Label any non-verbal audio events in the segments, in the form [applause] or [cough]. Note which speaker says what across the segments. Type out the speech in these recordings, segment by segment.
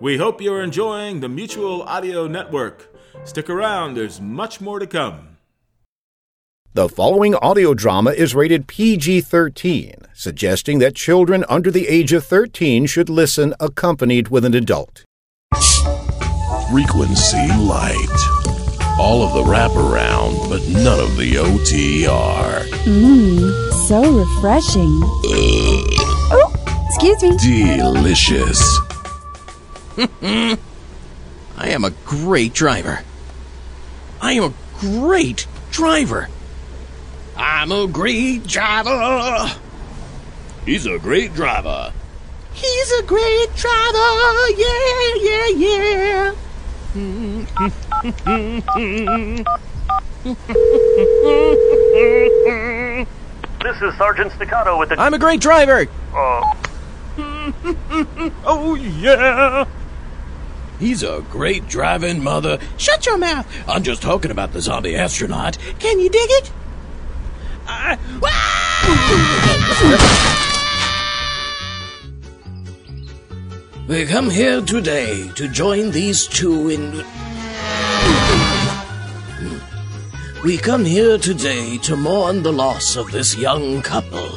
Speaker 1: We hope you're enjoying the Mutual Audio Network. Stick around, there's much more to come.
Speaker 2: The following audio drama is rated PG 13, suggesting that children under the age of 13 should listen accompanied with an adult.
Speaker 3: Frequency light. All of the wraparound, but none of the OTR.
Speaker 4: Mmm, so refreshing. oh, excuse me.
Speaker 3: Delicious.
Speaker 5: I am a great driver. I am a great driver. I'm a great driver.
Speaker 3: He's a great driver.
Speaker 5: He's a great driver. Yeah, yeah, yeah.
Speaker 6: This is Sergeant Staccato with
Speaker 7: Uh,
Speaker 6: the.
Speaker 5: I'm a great driver.
Speaker 3: [laughs]
Speaker 6: Oh, yeah!
Speaker 3: He's a great driving mother.
Speaker 5: Shut your mouth.
Speaker 3: I'm just talking about the zombie astronaut.
Speaker 5: Can you dig it? I-
Speaker 3: We come here today to join these two in. We come here today to mourn the loss of this young couple.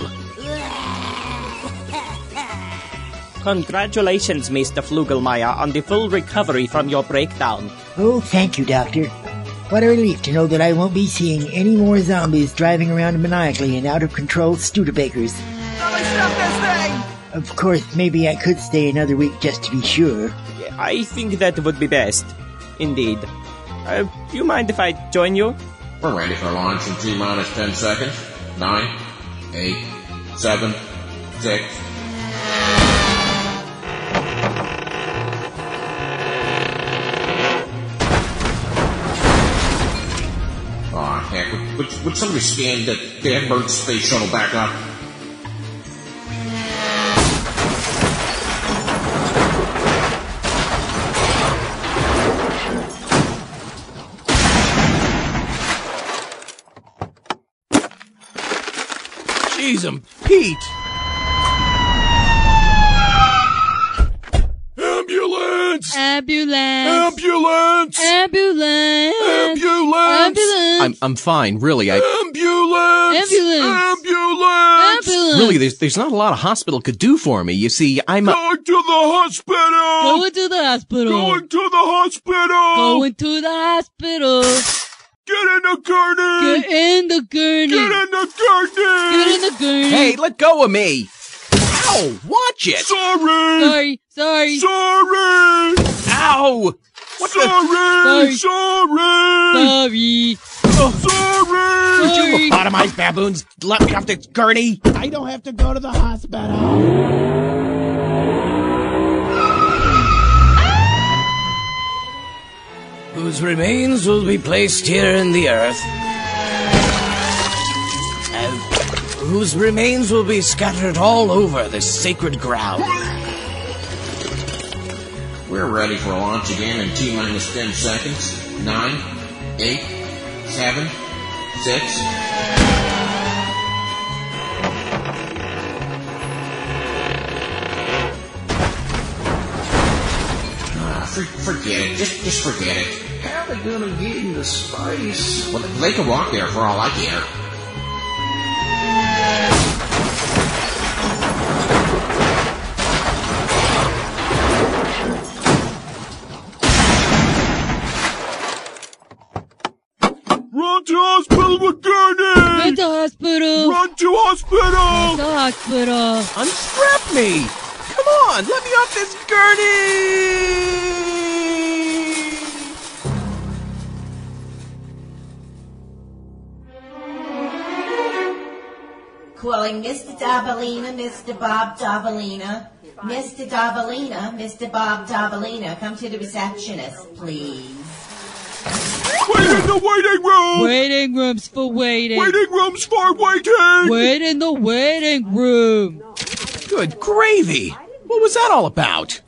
Speaker 8: Congratulations, Mr. Flugelmeier, on the full recovery from your breakdown.
Speaker 9: Oh, thank you, Doctor. What a relief to know that I won't be seeing any more zombies driving around maniacally in out of control Studebakers. Of course, maybe I could stay another week just to be sure.
Speaker 8: I think that would be best. Indeed. Uh, do you mind if I join you?
Speaker 10: We're ready for launch in T minus 10 seconds. 9, 8, 7, 6. Aw, heck. Would, would, would somebody scan that damn bird space shuttle back up?
Speaker 3: Jeez, um, Pete! Ambulance!
Speaker 11: Eh. Ambulance.
Speaker 3: Ambulance!
Speaker 11: Eh. Ambulance.
Speaker 3: Ambulance!
Speaker 11: Ambulance.
Speaker 5: I'm I'm fine, really. I
Speaker 3: Ambulance!
Speaker 11: Ambulance.
Speaker 3: Ambulance!
Speaker 11: Ambulance.
Speaker 5: really there's there's not a lot a hospital could do for me. You see, I'm a,
Speaker 3: Going to the hospital!
Speaker 11: Going to the hospital.
Speaker 3: Going to the hospital!
Speaker 11: Going to the hospital.
Speaker 3: Get in the gurney!
Speaker 11: Get in the gurney.
Speaker 3: Get in the gurney!
Speaker 11: Get in the gurney.
Speaker 5: Hey, let go of me. Ow, watch it.
Speaker 3: Sorry!
Speaker 11: Sorry. Sorry.
Speaker 3: Sorry!
Speaker 5: Ow. What the
Speaker 3: Sorry!
Speaker 11: Sorry.
Speaker 3: Sorry! Oh,
Speaker 11: Sorry.
Speaker 3: Sorry!
Speaker 5: You
Speaker 11: Sorry.
Speaker 5: lobotomized baboons, let me off the gurney.
Speaker 3: I don't have to go to the hospital. Ah! Whose remains will be placed here in the earth. and whose remains will be scattered all over this sacred ground.
Speaker 10: We're ready for launch again in T minus 10 seconds. 9, 8, 7, 6. Ah, for, forget it. Just, just forget it. How are they gonna get into space? Well, they can walk there for all I care.
Speaker 3: Run to hospital with
Speaker 11: Go
Speaker 3: Gurney!
Speaker 11: to hospital.
Speaker 3: Run to hospital!
Speaker 11: The hospital.
Speaker 5: Unstrap me! Come on, let me off this gurney!
Speaker 7: Calling Mr. Dabalina, Mr. Bob Dabalina. Mr. Dabalina, Mr. Bob Dabalina, come to the receptionist, please.
Speaker 3: Wait in the waiting room!
Speaker 11: Waiting rooms for waiting.
Speaker 3: Waiting room's for waiting!
Speaker 11: Wait in the waiting room.
Speaker 5: Good gravy! What was that all about?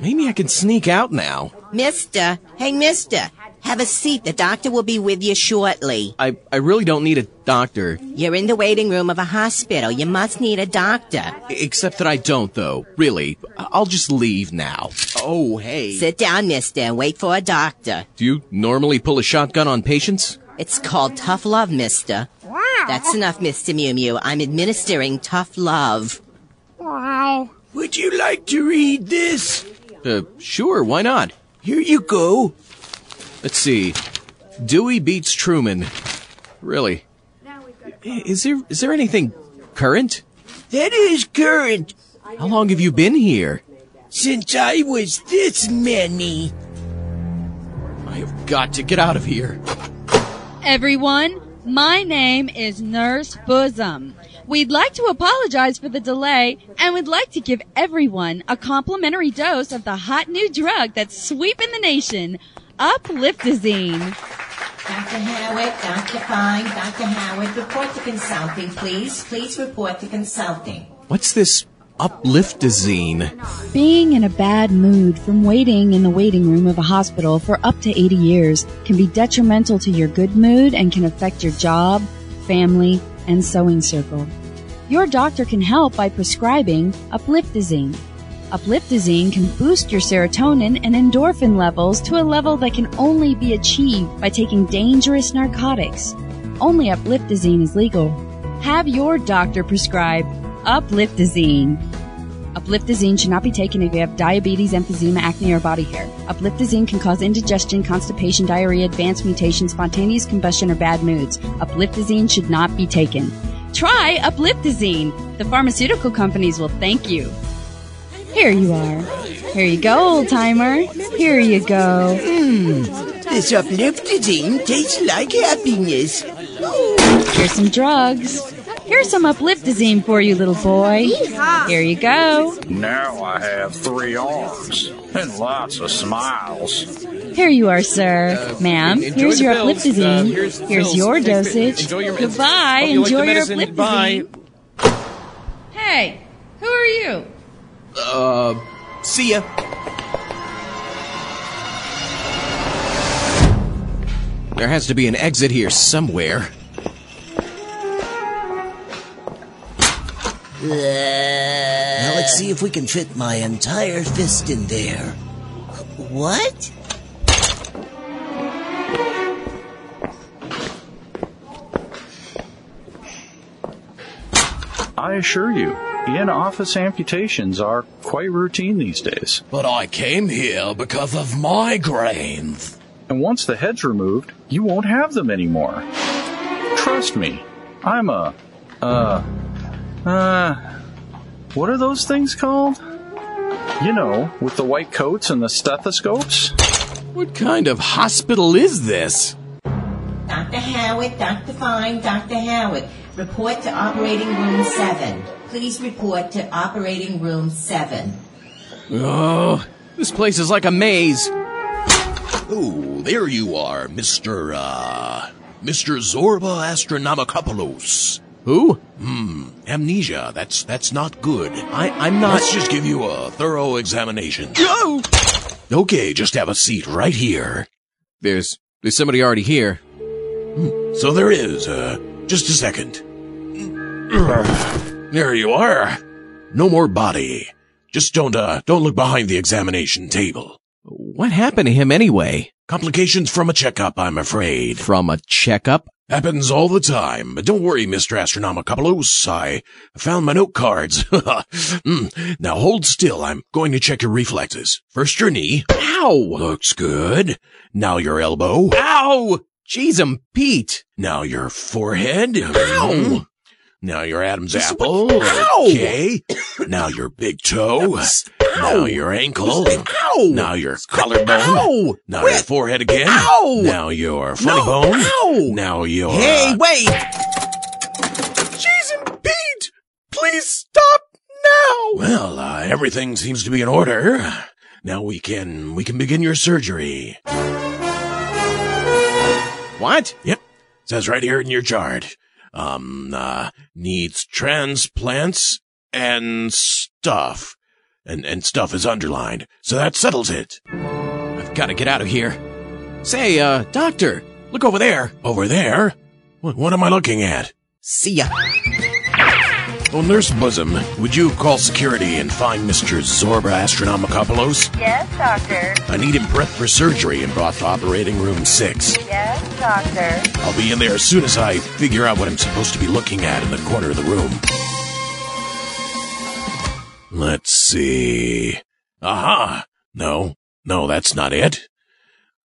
Speaker 5: Maybe I can sneak out now.
Speaker 7: Mister, hey, mister, Have a seat. The doctor will be with you shortly.
Speaker 10: I, I really don't need a doctor.
Speaker 7: You're in the waiting room of a hospital. You must need a doctor.
Speaker 10: Except that I don't, though. Really. I- I'll just leave now. Oh, hey.
Speaker 7: Sit down, mister, and wait for a doctor.
Speaker 10: Do you normally pull a shotgun on patients?
Speaker 7: It's called tough love, mister. Wow. That's enough, Mr. Mew Mew. I'm administering tough love.
Speaker 12: Wow.
Speaker 13: Would you like to read this?
Speaker 10: Uh, sure, why not?
Speaker 13: Here you go.
Speaker 10: Let's see. Dewey beats Truman. Really? Is there is there anything current?
Speaker 13: That is current.
Speaker 10: How long have you been here?
Speaker 13: Since I was this many.
Speaker 10: I have got to get out of here.
Speaker 14: Everyone, my name is Nurse Bosom. We'd like to apologize for the delay and would like to give everyone a complimentary dose of the hot new drug that's sweeping the nation, Upliftazine.
Speaker 7: Dr. Howard, Dr. Fine, Dr. Howard, report to consulting, please. Please report to consulting.
Speaker 10: What's this upliftazine?
Speaker 4: Being in a bad mood from waiting in the waiting room of a hospital for up to 80 years can be detrimental to your good mood and can affect your job, family, and sewing circle. Your doctor can help by prescribing upliftazine. Upliftazine can boost your serotonin and endorphin levels to a level that can only be achieved by taking dangerous narcotics. Only upliftazine is legal. Have your doctor prescribe upliftazine. Upliftazine should not be taken if you have diabetes, emphysema, acne, or body hair. Upliftazine can cause indigestion, constipation, diarrhea, advanced mutation, spontaneous combustion, or bad moods. Upliftazine should not be taken. Try Upliftazine. The pharmaceutical companies will thank you. Here you are. Here you go, old timer. Here you go.
Speaker 13: Mmm. This upliftazine tastes like happiness.
Speaker 4: Here's some drugs. Here's some upliftazine for you, little boy. Here you go.
Speaker 15: Now I have three arms and lots of smiles.
Speaker 4: Here you are, sir. Ma'am,
Speaker 15: Uh, enjoy
Speaker 4: here's
Speaker 15: the
Speaker 4: your
Speaker 15: pills.
Speaker 4: upliftazine.
Speaker 15: Uh, here's
Speaker 4: here's
Speaker 15: the pills.
Speaker 4: your
Speaker 15: Take the-
Speaker 4: dosage.
Speaker 15: enjoy your meds.
Speaker 4: Goodbye.
Speaker 15: Hope you like
Speaker 4: enjoy
Speaker 15: the
Speaker 4: your
Speaker 15: medicine.
Speaker 4: upliftazine.
Speaker 15: Bye.
Speaker 14: Hey, who are you?
Speaker 10: Uh, see ya. There has to be an exit here somewhere.
Speaker 13: Now let's see if we can fit my entire fist in there.
Speaker 7: What?
Speaker 15: I assure you, in office amputations are quite routine these days.
Speaker 5: But I came here because of migraines.
Speaker 15: And once the head's removed, you won't have them anymore. Trust me, I'm a. Uh. Uh. What are those things called? You know, with the white coats and the stethoscopes?
Speaker 10: What kind of hospital is this?
Speaker 7: Dr. Howard, Dr. Fine, Dr. Howard, report to operating room 7. Please report to operating room 7.
Speaker 10: Oh, this place is like a maze.
Speaker 5: Oh, there you are, Mr. Uh, Mr. Zorba Astronomicopoulos.
Speaker 10: Who?
Speaker 5: Hmm, amnesia. That's that's not good.
Speaker 10: I I'm not.
Speaker 5: Let's just give you a thorough examination.
Speaker 10: No.
Speaker 5: Okay, just have a seat right here.
Speaker 10: There's there's somebody already here.
Speaker 5: So there is. Uh, just a [clears throat] second. There you are. No more body. Just don't uh don't look behind the examination table.
Speaker 10: What happened to him anyway?
Speaker 5: Complications from a checkup, I'm afraid.
Speaker 10: From a checkup?
Speaker 5: Happens all the time. But don't worry, Mr. Astronomicopoulos. I found my note cards. [laughs] Mm. Now hold still. I'm going to check your reflexes. First your knee.
Speaker 10: Ow!
Speaker 5: Looks good. Now your elbow.
Speaker 10: Ow! Jeez, um, Pete.
Speaker 5: Now your forehead. Hmm.
Speaker 10: Ow!
Speaker 5: Now your Adam's
Speaker 10: This is
Speaker 5: apple.
Speaker 10: what- Ow!
Speaker 5: Okay. Now your big toe. Now your ankle.
Speaker 10: Ow!
Speaker 5: Now your collarbone.
Speaker 10: Ow!
Speaker 5: Now your forehead again.
Speaker 10: Ow!
Speaker 5: Now your funny
Speaker 10: No,
Speaker 5: bone.
Speaker 10: ow!
Speaker 5: Now your.
Speaker 10: Hey, wait! Jeez, um, Pete! Please stop now!
Speaker 5: Well, uh, everything seems to be in order. Now we can we can begin your surgery.
Speaker 10: What?
Speaker 5: Yep. Says right here in your chart. Um, uh, needs transplants and stuff. And, and stuff is underlined. So that settles it.
Speaker 10: I've got to get out of here.
Speaker 5: Say, uh, doctor, look over there.
Speaker 16: Over there? What, what am I looking at?
Speaker 5: See ya.
Speaker 16: Oh, Nurse Bosom, would you call security and find Mr. Zorba Astronomicopoulos?
Speaker 17: Yes, doctor.
Speaker 16: I need him prepped for surgery and brought to operating room 6.
Speaker 17: Yes, doctor.
Speaker 16: I'll be in there as soon as I figure out what I'm supposed to be looking at in the corner of the room. Let's see. Aha! No, no, that's not it.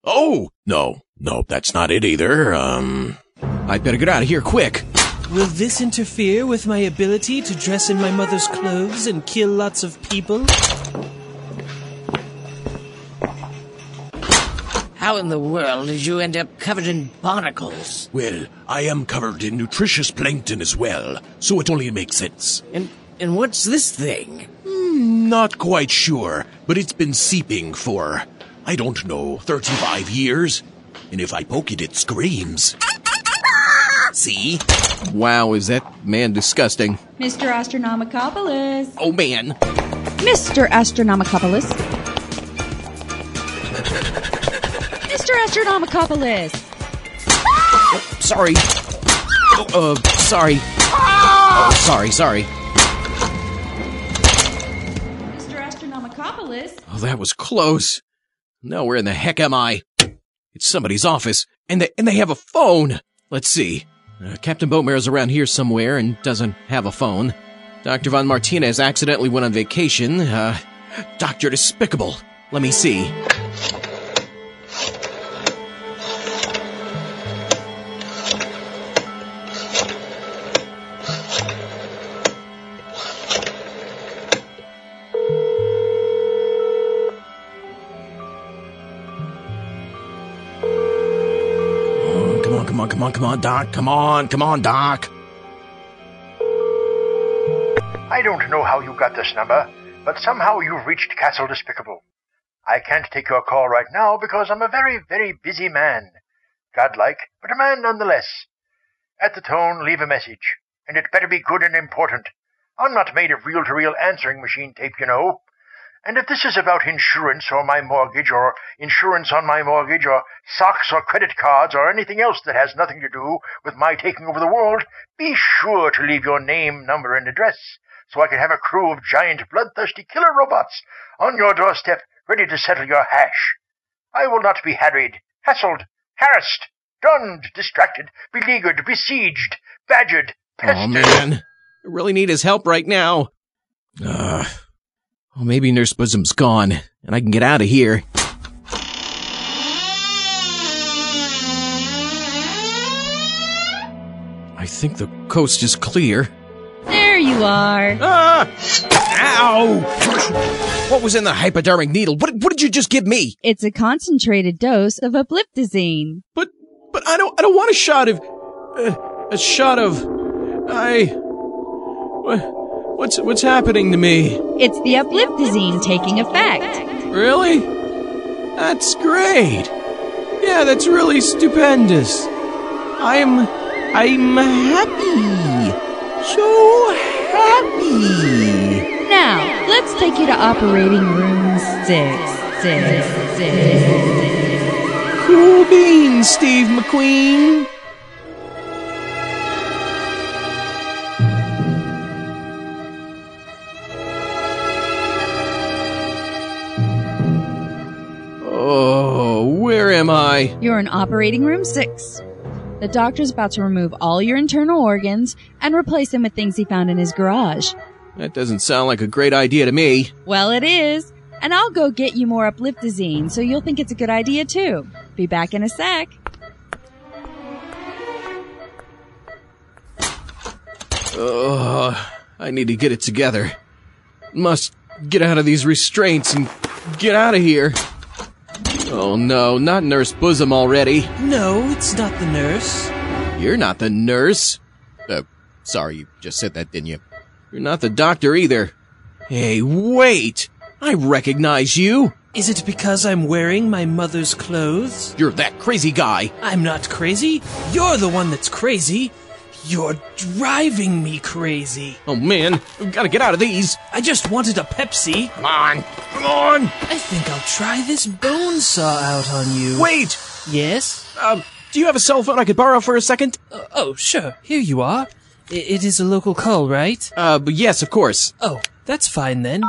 Speaker 16: Oh, no, no, that's not it either. Um, I better get out of here quick.
Speaker 7: Will this interfere with my ability to dress in my mother's clothes and kill lots of people?
Speaker 10: How in the world did you end up covered in barnacles?
Speaker 16: Well, I am covered in nutritious plankton as well, so it only makes sense.
Speaker 10: And and what's this thing?
Speaker 16: Hmm, Not quite sure, but it's been seeping for, I don't know, 35 years. And if I poke it, it screams. See?
Speaker 5: Wow, is that man disgusting?
Speaker 4: Mr. Astronomicopoulos.
Speaker 5: Oh man.
Speaker 4: Mr. Astronomicopoulos. Mr. Astronomicopoulos.
Speaker 5: Sorry. Oh, uh, sorry. Oh, sorry, sorry.
Speaker 4: Mr. Astronomicopoulos.
Speaker 5: Oh, that was close. Now where in the heck am I? It's somebody's office, and they, and they have a phone. Let's see. Uh, Captain Boatmare is around here somewhere and doesn't have a phone. Dr. Von Martinez accidentally went on vacation. Uh, Dr. Despicable. Let me see. Oh, come on, come on, come on, come on, Doc. Come on, come on, Doc.
Speaker 18: I don't know how you got this number, but somehow you've reached Castle Despicable. I can't take your call right now because I'm a very, very busy man. Godlike, but a man nonetheless. At the tone, leave a message, and it better be good and important. I'm not made of reel to reel answering machine tape, you know. And if this is about insurance or my mortgage or insurance on my mortgage or socks or credit cards or anything else that has nothing to do with my taking over the world, be sure to leave your name, number, and address so I can have a crew of giant bloodthirsty killer robots on your doorstep ready to settle your hash. I will not be harried, hassled, harassed, dunned, distracted, beleaguered, besieged, badgered,
Speaker 5: [laughs] Oh man. I really need his help right now. Uh, oh, maybe Nurse Bosom's gone, and I can get out of here. I think the coast is clear.
Speaker 4: There you are.
Speaker 5: Ah! Ow! What was in the hypodermic needle? What, what did you just give me?
Speaker 4: It's a concentrated dose of upliptazine.
Speaker 5: But but I don't I don't want a shot of uh, a shot of I wha- what's what's happening to me?
Speaker 4: It's the upliptazine taking effect.
Speaker 5: Really? That's great. Yeah, that's really stupendous. I'm I'm happy. So happy.
Speaker 4: Now, let's take you to operating room six. six, six.
Speaker 5: Cool beans, Steve McQueen. Oh, where am I?
Speaker 4: You're in operating room six. The doctor's about to remove all your internal organs and replace them with things he found in his garage.
Speaker 5: That doesn't sound like a great idea to me.
Speaker 4: Well, it is. And I'll go get you more upliptazine so you'll think it's a good idea too. Be back in a sec.
Speaker 5: Ugh, I need to get it together. Must get out of these restraints and get out of here. Oh no, not Nurse Bosom already.
Speaker 7: No, it's not the nurse.
Speaker 5: You're not the nurse. Uh, sorry, you just said that, didn't you? You're not the doctor either. Hey, wait! I recognize you!
Speaker 7: Is it because I'm wearing my mother's clothes?
Speaker 5: You're that crazy guy!
Speaker 7: I'm not crazy. You're the one that's crazy.
Speaker 19: You're driving me crazy.
Speaker 5: Oh man, we gotta get out of these.
Speaker 19: I just wanted a Pepsi.
Speaker 5: Come on, come on.
Speaker 19: I think I'll try this bone saw out on you.
Speaker 5: Wait.
Speaker 19: Yes?
Speaker 5: Um, do you have a cell phone I could borrow for a second?
Speaker 19: Uh, oh, sure. Here you are. I- it is a local call, right?
Speaker 5: Uh, but yes, of course.
Speaker 19: Oh, that's fine then.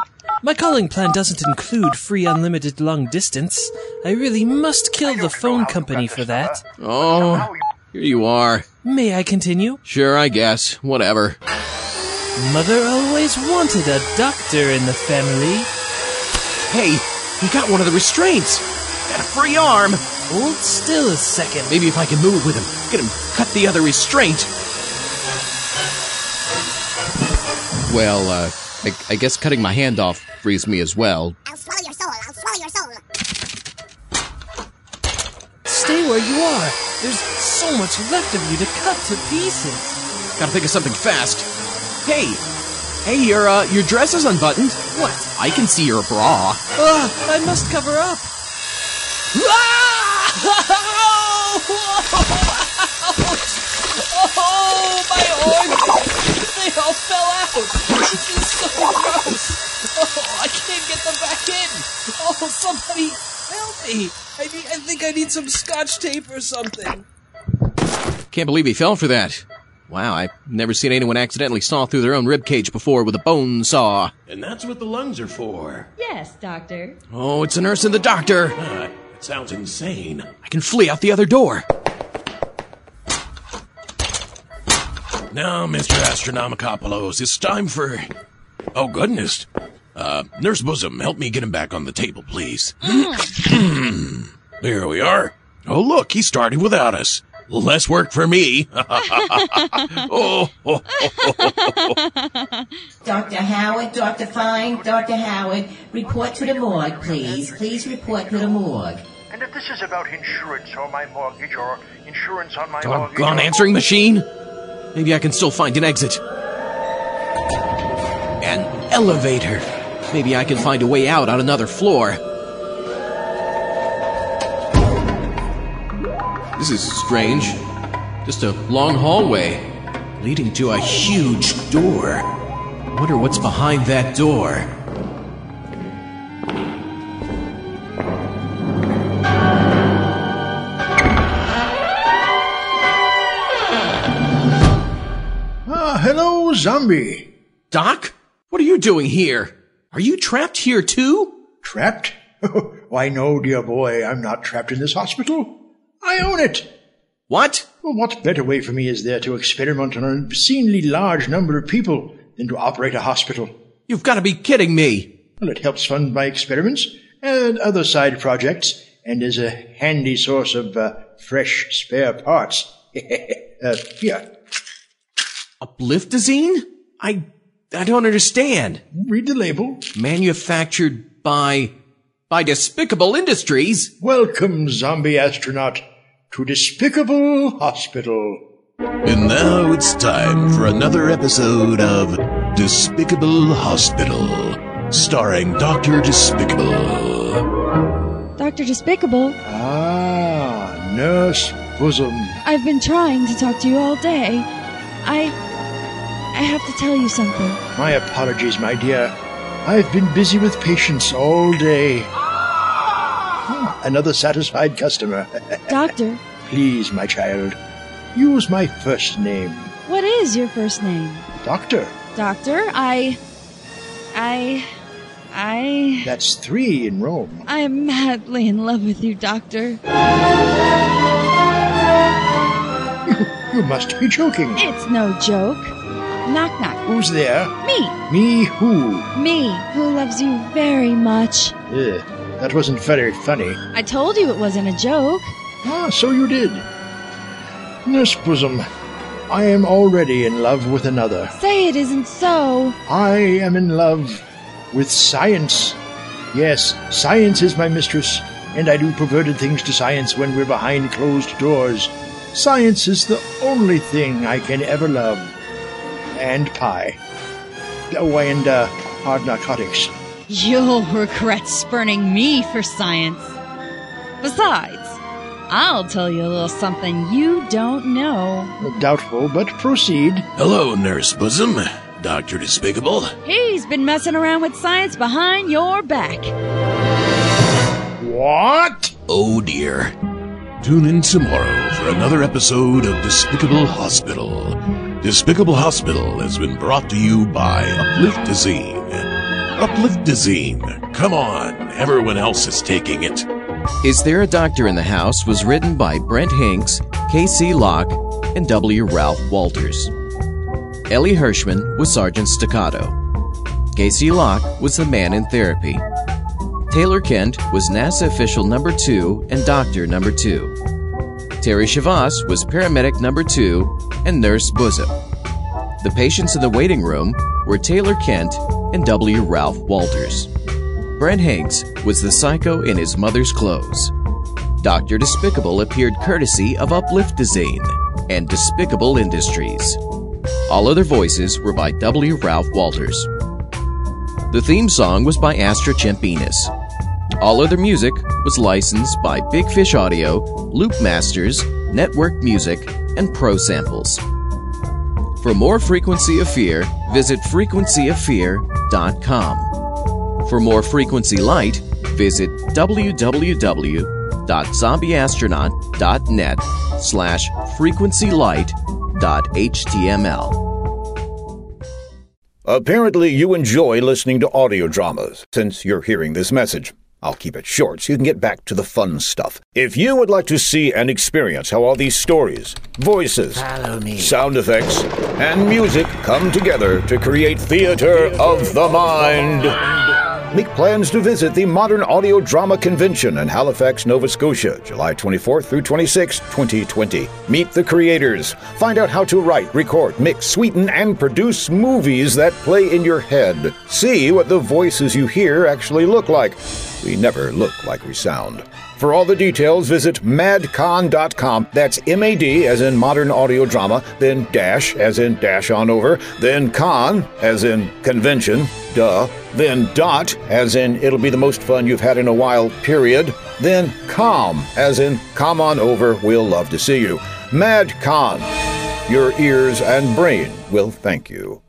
Speaker 19: My calling plan doesn't include free unlimited long distance. I really must kill the phone company for that.
Speaker 5: Oh, here you are.
Speaker 19: May I continue?
Speaker 5: Sure, I guess. Whatever.
Speaker 19: Mother always wanted a doctor in the family.
Speaker 5: Hey, he got one of the restraints. Got a free arm.
Speaker 19: Hold still a second.
Speaker 5: Maybe if I can move with him, get him cut the other restraint. Well, uh, I, I guess cutting my hand off frees me as well.
Speaker 20: I'll swallow your soul. I'll swallow your soul.
Speaker 19: Stay where you are. There's so much left of you to cut to pieces.
Speaker 5: Gotta think of something fast. Hey, hey, your uh, your dress is unbuttoned.
Speaker 19: What?
Speaker 5: I can see your bra.
Speaker 19: Ah, I must cover up.
Speaker 5: [laughs]
Speaker 19: Ah! Oh, my organs! They all fell out! [laughs] This is so gross! Oh, I can't get them back in! Oh, somebody help me! I, need, I think I need some scotch tape or something.
Speaker 5: Can't believe he fell for that. Wow, I've never seen anyone accidentally saw through their own rib cage before with a bone saw.
Speaker 15: And that's what the lungs are for.
Speaker 11: Yes, doctor.
Speaker 5: Oh, it's a nurse and the doctor.
Speaker 15: Uh, it sounds insane.
Speaker 5: I can flee out the other door.
Speaker 15: Now, Mr. Astronomicopoulos, it's time for. Oh, goodness. Uh, Nurse Bosom, help me get him back on the table, please. [clears throat] there we are. Oh, look, he started without us. Less work for me. oh, oh,
Speaker 7: Dr. Howard, Dr. Fine, Dr. Howard, report to the morgue, please. Please report to the morgue.
Speaker 18: And if this is about insurance or my mortgage or insurance on my mortgage.
Speaker 5: Doggone answering machine. Maybe I can still find an exit. An elevator. Maybe I can find a way out on another floor. This is strange. Just a long hallway leading to a huge door. Wonder what's behind that door.
Speaker 18: Ah, hello, zombie.
Speaker 5: Doc? What are you doing here? Are you trapped here too?
Speaker 18: Trapped? [laughs] Why, no, dear boy, I'm not trapped in this hospital. I own it.
Speaker 5: What?
Speaker 18: Well, what better way for me is there to experiment on an obscenely large number of people than to operate a hospital?
Speaker 5: You've got to be kidding me.
Speaker 18: Well, it helps fund my experiments and other side projects and is a handy source of uh, fresh spare parts. [laughs] uh, here,
Speaker 5: Upliftazine? I I don't understand.
Speaker 18: read the label.
Speaker 5: Manufactured by by Despicable Industries?
Speaker 18: Welcome, zombie astronaut, to Despicable Hospital.
Speaker 15: And now it's time for another episode of Despicable Hospital, starring Dr. Despicable.
Speaker 4: Dr. Despicable,
Speaker 18: Ah, Nurse Bosom.
Speaker 4: I've been trying to talk to you all day. I. I have to tell you something.
Speaker 18: My apologies, my dear. I've been busy with patients all day. Ah, Another satisfied customer. [laughs]
Speaker 4: Doctor,
Speaker 18: Please, my child, use my first name,
Speaker 4: what is your first name?
Speaker 18: Doctor.
Speaker 4: Doctor, I. I. I.
Speaker 18: That's three in Rome.
Speaker 4: I'm madly in love with you, Doctor.
Speaker 18: You must be joking.
Speaker 4: It's no joke. Knock knock.
Speaker 18: Who's there?
Speaker 4: Me.
Speaker 18: Me who?
Speaker 4: Me, who loves you very much.
Speaker 18: Ugh, that wasn't very funny.
Speaker 4: I told you it wasn't a joke.
Speaker 18: Ah, so you did. Nurse Bosom, I am already in love with another.
Speaker 4: Say it isn't so.
Speaker 18: I am in love with science. Yes, science is my mistress, and I do perverted things to science when we're behind closed doors. Science is the only thing I can ever love. And pie. Oh, and uh, hard narcotics.
Speaker 11: You'll regret spurning me for science. Besides, I'll tell you a little something you don't know.
Speaker 15: Doubtful, but proceed. Hello, Nurse Bosom. Dr. Despicable.
Speaker 11: He's been messing around with science behind your back.
Speaker 15: What? Oh dear. Tune in tomorrow for another episode of Despicable Hospital. Despicable Hospital has been brought to you by Upliftazine. Upliftazine. Come on, everyone else is taking it.
Speaker 5: Is There a Doctor in the House was written by Brent Hinks, K.C. Locke, and W. Ralph Walters. Ellie Hirschman was Sergeant Staccato. Casey Locke was the man in therapy. Taylor Kent was NASA official number two and doctor number two. Terry Shavas was paramedic number two and nurse bosom. The patients in the waiting room were Taylor Kent and W. Ralph Walters. Brent Hanks was the psycho in his mother's clothes. Dr. Despicable appeared courtesy of Upliftazine and Despicable Industries. All other voices were by W. Ralph Walters. The theme song was by Astra Champinas. All other music was licensed by Big Fish Audio, Loop Masters, Network Music, and Pro Samples. For more Frequency of Fear, visit frequencyoffear.com. For more Frequency Light, visit www.zombieastronaut.net slash frequencylight.html.
Speaker 2: Apparently, you enjoy listening to audio dramas since you're hearing this message. I'll keep it short so you can get back to the fun stuff. If you would like to see and experience how all these stories, voices, sound effects, and music come together to create theater of the mind, make plans to visit the Modern Audio Drama Convention in Halifax, Nova Scotia, July 24th through 26, 2020. Meet the creators. Find out how to write, record, mix, sweeten, and produce movies that play in your head. See what the voices you hear actually look like. We never look like we sound. For all the details, visit madcon.com. That's M A D as in modern audio drama, then dash as in dash on over, then con as in convention, duh, then dot as in it'll be the most fun you've had in a while, period, then com as in come on over, we'll love to see you. Madcon. Your ears and brain will thank you.